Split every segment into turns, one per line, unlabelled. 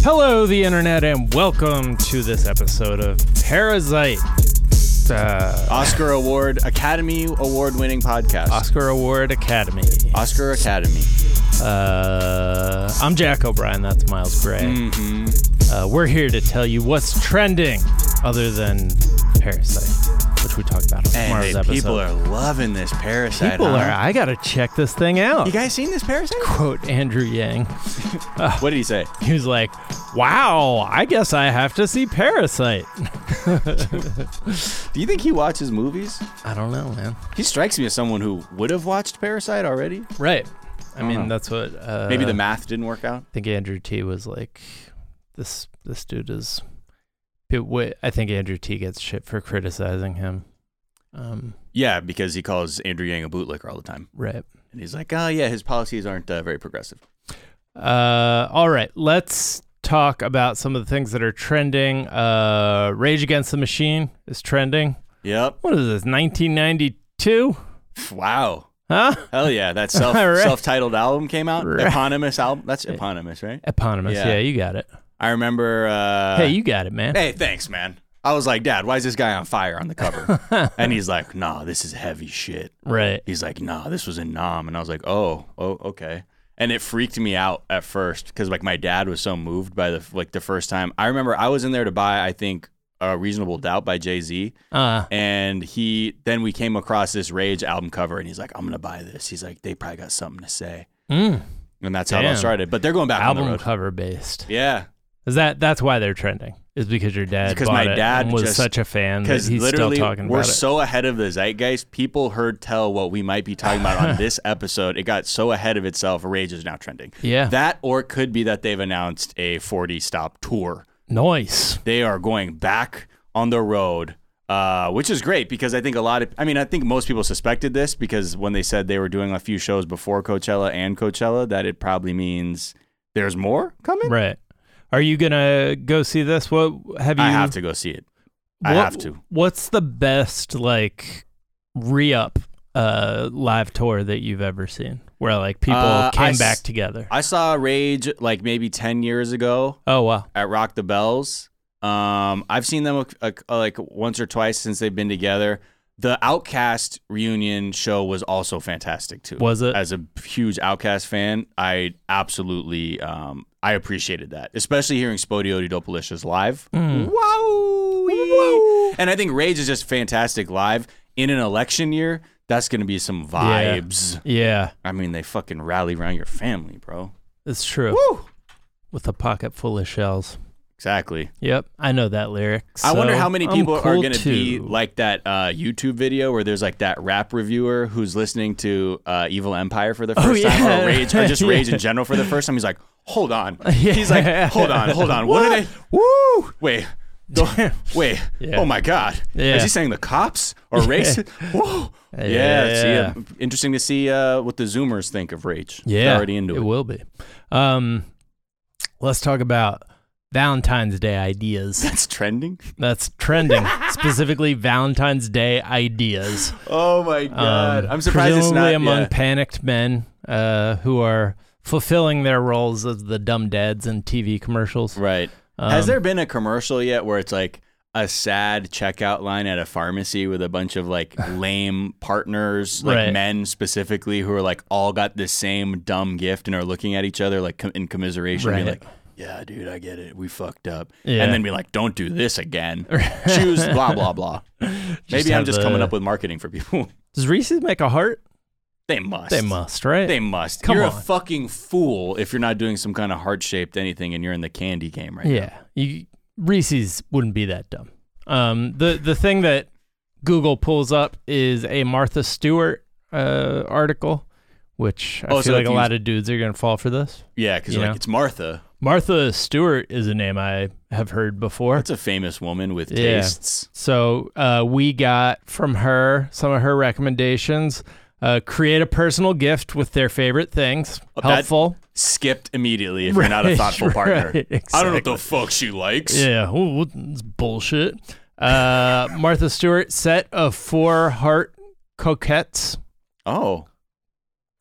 Hello, the internet, and welcome to this episode of Parasite, uh,
Oscar Award, Academy Award winning podcast.
Oscar Award Academy.
Oscar Academy.
Uh, I'm Jack O'Brien. That's Miles Gray.
Mm-hmm.
Uh, we're here to tell you what's trending, other than Parasite, which we talked about on
And
tomorrow's
they-
episode.
people are loving this Parasite.
People
huh?
are- I gotta check this thing out.
You guys seen this Parasite?
Quote Andrew Yang.
What did he say?
He was like, "Wow, I guess I have to see Parasite."
Do you think he watches movies?
I don't know, man.
He strikes me as someone who would have watched Parasite already.
Right. I mean,
know.
that's what. Uh,
Uh-huh. Maybe the math didn't work out.
I think Andrew T was like, this this dude is. It wa- I think Andrew T gets shit for criticizing him. Um,
Yeah, because he calls Andrew Yang a bootlicker all the time.
right.
And he's like, oh, yeah, his policies aren't uh, very progressive.
Uh, all right. Let's talk about some of the things that are trending. Uh, Rage Against the Machine is trending.
Yep.
What is this? 1992?
Wow.
Huh?
Hell yeah. That self,
All right.
self-titled album came out.
Right.
Eponymous album. That's eponymous, right?
Eponymous. Yeah,
Yeah.
you got it.
I remember. Uh,
hey, you got it, man.
hey, thanks, man. I was like, Dad, why is this guy on fire on the cover? and he's like, Nah, this is heavy shit.
Right.
He's like, Nah, this was in Nam, and I was like, Oh, oh, okay. And it freaked me out at first because like my dad was so moved by the like the first time. I remember I was in there to buy, I think, uh, Reasonable Doubt by Jay Z,
Uh,
and he then we came across this Rage album cover, and he's like, I'm gonna buy this. He's like, They probably got something to say,
mm,
and that's how it all
Damn.
started. But they're going back on the
album
road.
cover based.
Yeah,
Is that that's why they're trending? Is because your dad
Because
bought
my
it
dad
and was
just-
such a fan that
because
he's still
literally
talking
we're
about it.
so ahead of the zeitgeist. People heard tell what we might be talking about on this episode. It got so ahead of itself. Rage is now trending.
Yeah.
That or it could be that they've announced a 40 stop tour.
Nice.
They are going back on the road. Uh, which is great because I think a lot of, I mean, I think most people suspected this because when they said they were doing a few shows before Coachella and Coachella, that it probably means there's more coming.
Right. Are you gonna go see this? What have you?
I have to go see it. I
what-
have to.
What's the best like re-up uh, live tour that you've ever seen, where like people
Uh,
came
I s-
back together?
I saw Rage like maybe 10 years ago.
oh wow.
at Rock the Bells. Um, I've seen them a, a- like once or twice since they've been together. The Outcast reunion show was also fantastic too.
Was it?
As a huge Outcast fan, I absolutely um, I appreciated that, especially hearing Spodio Dopalicious live.
Mm.
Wow! And I think Rage is just fantastic live in an election year. That's gonna be some
Yeah.
vibes.
Yeah,
I mean, they fucking rally around your family, bro.
it's true.
Woo!
With a pocket full of shells.
Exactly.
Yep, I know that lyric.
I wonder
so
how many
I'm
people are
cool
going to be
too.
like that uh, YouTube video where there's like that rap reviewer who's listening to uh, Evil Empire for the first time
Oh, yeah.
or Rage or just
Yeah.
Rage in general for the first time. He's like, hold on.
Yeah.
He's like, hold on, hold on. What, are they?
Woo!
Wait. don't- wait.
Yeah.
Oh my God.
Yeah.
Is he saying the cops or race? Whoa. Yeah.
Yeah.
See, uh, interesting to see uh, what the Zoomers think of Rage. They're
Yeah,
already into it.
will be. Um, let's talk about Valentine's Day ideas.
That's trending.
That's trending specifically Valentine's Day ideas.
Oh my God.
Um,
I'm surprised it's
presumably
not
among
yeah.
panicked men uh, who are fulfilling their roles as the dumb dads in TV commercials.
Right. Has
Um,
there been a commercial yet where it's like a sad checkout line at a pharmacy with a bunch of like lame partners, like
Right.
men specifically, who are like all got the same dumb gift and are looking at each other like com- in commiseration, being
Right.
like, "Yeah, dude, I get it. We fucked up,"
Yeah.
and then be like, "Don't do this again. Choose blah blah blah." Maybe I'm
have
just coming
the-
up with marketing for people.
Does Reese's make a heart?
they must.
They must, right?
They must.
Come
you're a
on.
fucking fool if you're not doing some kind of heart shaped anything and you're in the candy game right now.
Yeah, you, Reese's wouldn't be that dumb. Um, the the thing that Google pulls up is a Martha Stewart uh, article, which I
Oh, so
feel
if
like a
you-
lot of dudes are gonna fall for this.
Yeah, because
You
like
know?
it's Martha.
Martha Stewart is a name I have heard before.
That's a famous woman with
Yeah.
tastes.
so uh, we got from her some of her recommendations. Uh, create a personal gift with their favorite things.
Oh, that-
Helpful.
Skipped immediately if you're not a
Right,
thoughtful partner.
right,
I don't know what the fuck she likes.
Yeah, ooh, what- it's bullshit. Uh, Martha Stewart set of four heart coquettes.
Oh,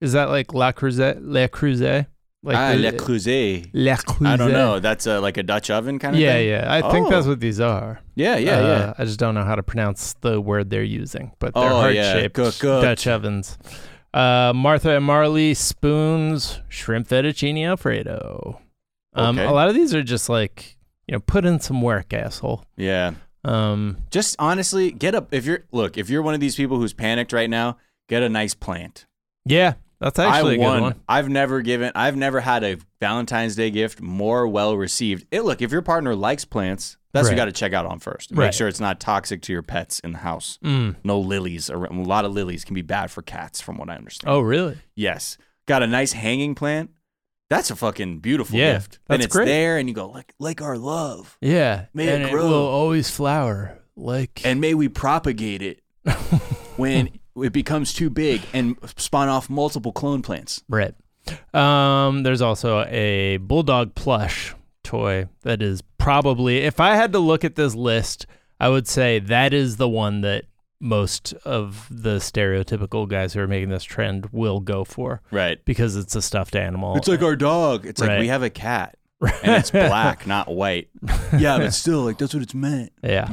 Is that like La Creuset? La Creuset? Like
ah,
the-
Le Creuset.
Le
I don't
Creuset.
know. That's uh like a Dutch oven kind of
Yeah,
thing.
yeah. I think that's
Oh.
what these are.
yeah, yeah,
Uh,
yeah.
I just don't know how to pronounce the word they're using, but they're
Oh,
heart
yeah.
shaped
Cook, cook.
Dutch ovens. Uh, Martha and Marley spoons, shrimp fettuccine alfredo. Um,
Okay.
A lot of these are just like you know, put in some work, asshole.
yeah.
Um,
Just honestly, get up if you're look if you're one of these people who's panicked right now. Get a nice plant.
yeah, that's actually
I
a good
won.
one.
I've never given. I've never had a Valentine's Day gift more well received. It look if your partner likes plants, that's what
Right.
you got to check out on first. Make
Right.
sure it's not toxic to your pets in the house.
Mm.
No lilies. around- A lot of lilies can be bad for cats, from what I understand.
Oh, really?
Yes, got a nice hanging plant. That's a fucking beautiful
Yeah,
gift. And
that's
it's
great.
there, and you go like like our love,
Yeah.
May it
and
grow.
will always flower like.
and may we propagate it when it becomes too big and spawn off multiple clone plants.
Right. Um, there's also a bulldog plush toy that is probably, if I had to look at this list, I would say that is the one that most of the stereotypical guys who are making this trend will go for
Right.
because it's a stuffed animal.
It's like our dog. It's like
Right.
we have a cat. And it's black, not white. Yeah, but still, like that's what it's meant.
yeah.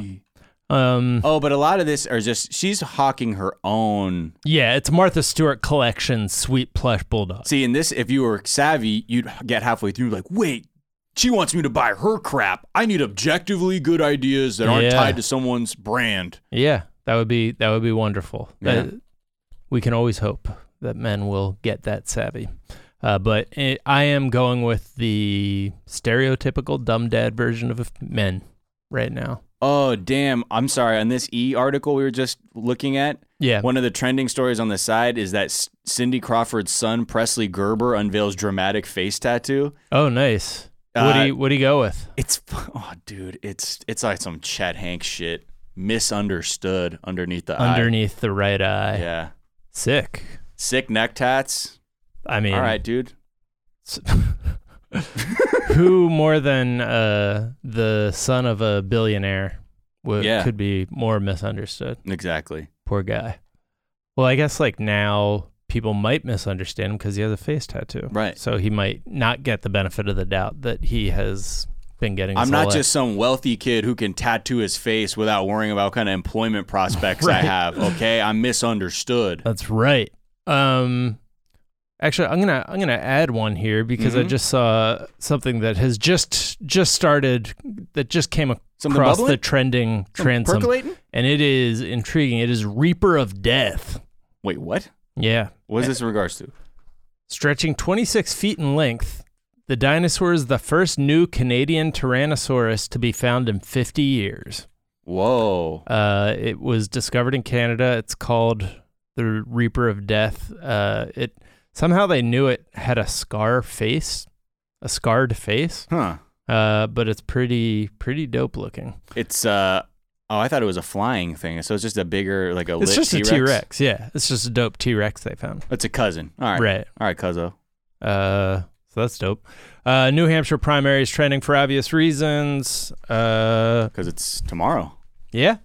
Um,
Oh, but a lot of this are just she's hawking her own.
yeah, it's Martha Stewart collection sweet plush bulldog.
See, in this, if you were savvy, you'd get halfway through, like, wait, she wants me to buy her crap. I need objectively good ideas that aren't
Yeah.
tied to someone's brand.
Yeah, that would be that would be wonderful.
Yeah.
That- we can always hope that men will get that savvy. Uh, but i I am going with the stereotypical dumb dad version of men right now.
Oh, damn. I'm sorry. On this E article we were just looking at,
Yeah.
One of the trending stories on the side is that S- Cindy Crawford's son, Presley Gerber, unveils dramatic face tattoo.
Oh, nice. what do
Uh,
you what do you go with?
It's oh, dude, it's it's like some Chet Hanks shit, misunderstood underneath the
Underneath the right
eye.
eye.
Yeah,
Sick.
sick neck tats.
I mean,
All right, dude.
who more than uh, the son of a billionaire would
Yeah.
could be more misunderstood?
Exactly.
Poor guy. Well, I guess like now people might misunderstand him because he has a face tattoo.
Right.
So he might not get the benefit of the doubt that he has been getting. his
I'm not
whole
just some wealthy kid who can tattoo his face without worrying about what kind of employment prospects I
Right.
have. Okay, I'm misunderstood.
life. That's right. Um, actually, I'm gonna I'm gonna add one here because I
Mhm.
just saw something that has just just started that just came across
Something bubbling?
the trending transom,
Percolating?
and it is intriguing. It is Reaper of Death.
Wait, what?
Yeah.
What is this in regards to?
Stretching 26 feet in length, the dinosaur is the first new Canadian Tyrannosaurus to be found in 50 years.
Whoa.
Uh, it was discovered in Canada. It's called the Reaper of Death. Uh, it somehow they knew it had a scar face, a scarred face,
Huh.
uh, but it's pretty pretty dope looking.
It's uh oh, I thought it was a flying thing. So it's just a bigger like a.
It's
lit
just
T-Rex?
a T Rex. Yeah, it's just a dope T Rex they found.
It's a cousin. All right.
right.
All right, cuzzo.
Uh, so that's dope. Uh, New Hampshire primaries trending for obvious reasons. Uh,
Because it's tomorrow.
yeah.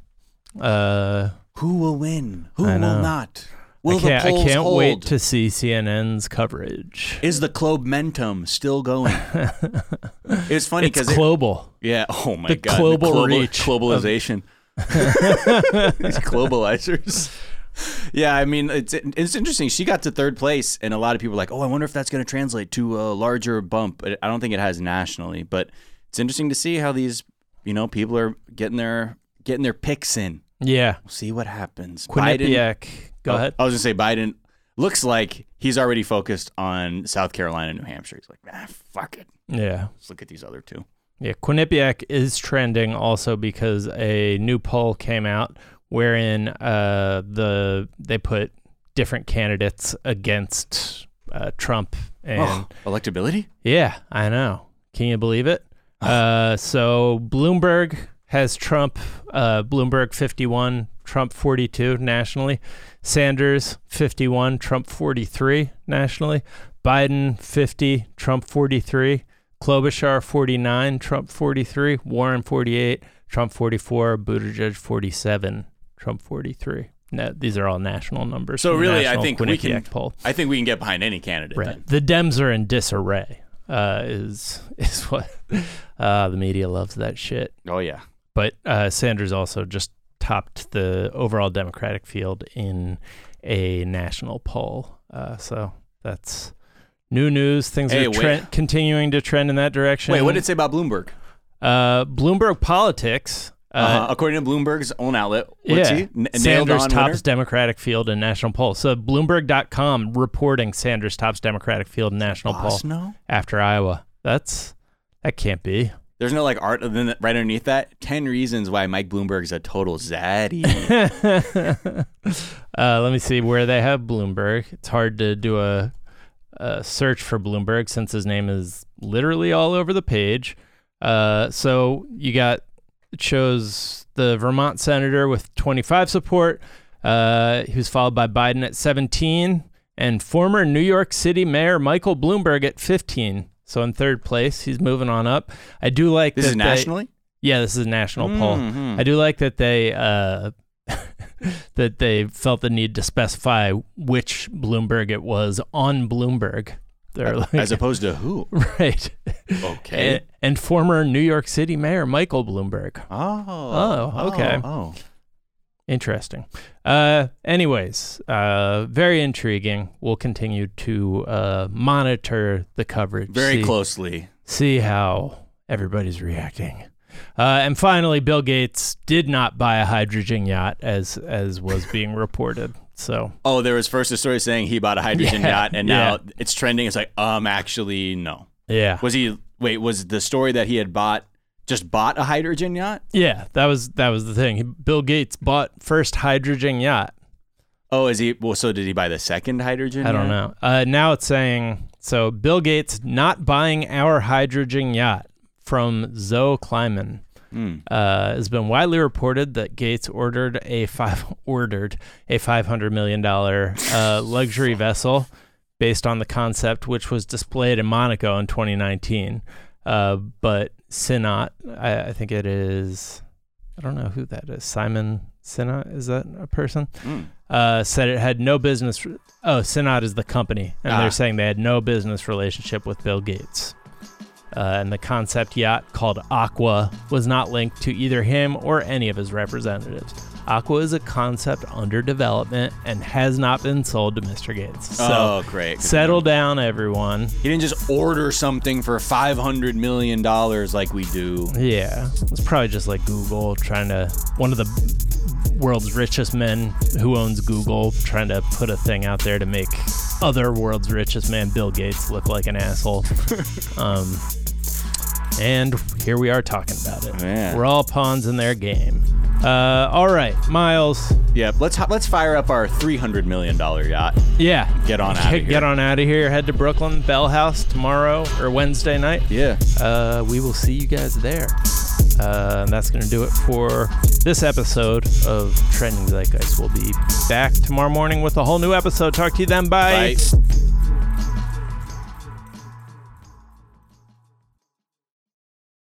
Uh,
Who will win? Who
I know.
not?
I can't, I can't wait to see CNN's coverage.
Is the Clobementum still going? it's funny
It's
because
global.
yeah. Oh my
the
god.
global reach of-
globalization. These globalizers. Yeah, I mean it's it's interesting. She got to third place, and a lot of people are like, "Oh, I wonder if that's going to translate to a larger bump." I I don't think it has nationally, but it's interesting to see how these you know people are getting their getting their picks in.
Yeah.
We'll see what happens. Biden
Quinnipiac. Go
Oh,
ahead.
I was gonna say Biden looks like he's already focused on South Carolina, New Hampshire. He's like, ah, fuck it.
Yeah.
Let's look at these other two.
Yeah. Quinnipiac is trending also because a new poll came out wherein uh, the they put different candidates against uh, Trump and
Oh, electability?
Yeah, I know. Can you believe it?
Ah.
Uh, so Bloomberg has Trump, uh, Bloomberg 51, Trump 42 nationally, Sanders 51, Trump 43 nationally, Biden 50, Trump 43, Klobuchar 49, Trump 43, Warren 48, Trump 44, Buttigieg 47, Trump 43. No, these are all national numbers.
So
from the
really, I
National
think we can.
Quinnipiac poll.
I think we can get behind any candidate.
Right.
Then.
The Dems are in disarray. uh, is is what uh, the media loves that shit.
Oh yeah.
But uh, Sanders also just topped the overall Democratic field in a national poll. Uh, so that's new news. Things
Hey,
are
wait.
tre- continuing to trend in that direction.
Wait, what did it say about Bloomberg?
uh, Bloomberg Politics? Uh,
Uh, according to Bloomberg's own outlet, what's
yeah,
he? N- nailed
Sanders
on
tops
winner?
Democratic field in national poll. So Bloomberg.com reporting Sanders tops Democratic field in national poll
Boss, no.
after Iowa. That's that can't be.
There's no like art and then right underneath that. Ten reasons why Mike Bloomberg's a total zaddy.
uh, let me see where they have Bloomberg. It's hard to do a, a search for Bloomberg since his name is literally all over the page. Uh, so you got it shows the Vermont senator with 25 support. Uh, he was followed by Biden at 17 and former New York City Mayor Michael Bloomberg at 15. So in third place, he's moving on up. I do like
this
that
is
they-
nationally.
yeah, this is a national
Mhm.
poll. I do like that they uh, that they felt the need to specify which Bloomberg it was on Bloomberg. They're like,
As opposed to who?
right.
Okay.
And, and former New York City Mayor Michael Bloomberg.
oh.
Oh, okay.
Oh.
Interesting. Uh, anyways, uh, very intriguing. We'll continue to uh, monitor the coverage.
Very
see-
closely.
see how everybody's reacting. Uh, and finally, Bill Gates did not buy a hydrogen yacht as as was being reported. So
Oh, there was first a story saying he bought a hydrogen
Yeah,
yacht, and now
yeah.
it's trending. It's like, um, actually, no.
yeah,
Was he? Wait, was the story that he had bought just bought a hydrogen yacht?
yeah, that was that was the thing. He- Bill Gates bought first hydrogen yacht.
Oh, is he? Well, so did he buy the second hydrogen?
I don't
yacht?
know. Uh, now it's saying so. Bill Gates not buying our hydrogen yacht from Zoe Kleiman.
Hmm.
Uh, it's been widely reported that Gates ordered a five ordered a five hundred million dollar uh, luxury vessel based on the concept which was displayed in Monaco in 2019. Uh, but Sinat, I, I think it is. I don't know who that is. Simon Sinat is that a person? Uh, said it had no business. oh, Sinat is the company, and
Ah.
they're saying they had no business relationship with Bill Gates. Uh, and the concept yacht called Aqua was not linked to either him or any of his representatives. Aqua is a concept under development and has not been sold to Mr. Gates. So
oh, great. Good
settle down, everyone.
He didn't just order something for five hundred million dollars like we do.
Yeah, it's probably just like Google trying to one of the world's richest men who owns Google trying to put a thing out there to make other world's richest man Bill Gates look like an asshole. um, and here we are talking about it.
Yeah.
We're all pawns in their game. Uh, all right, Miles.
Yep. Let's ho- let's fire up our three hundred million dollar yacht.
Yeah,
Get on out of here.
Get on out of here. Head to Brooklyn Bell House tomorrow or Wednesday night.
Yeah.
uh, we will see you guys there. Uh, and that's going to do it for this episode of Trending Zeitgeist. We'll be back tomorrow morning with a whole new episode. Talk to you then. Bye.
Bye.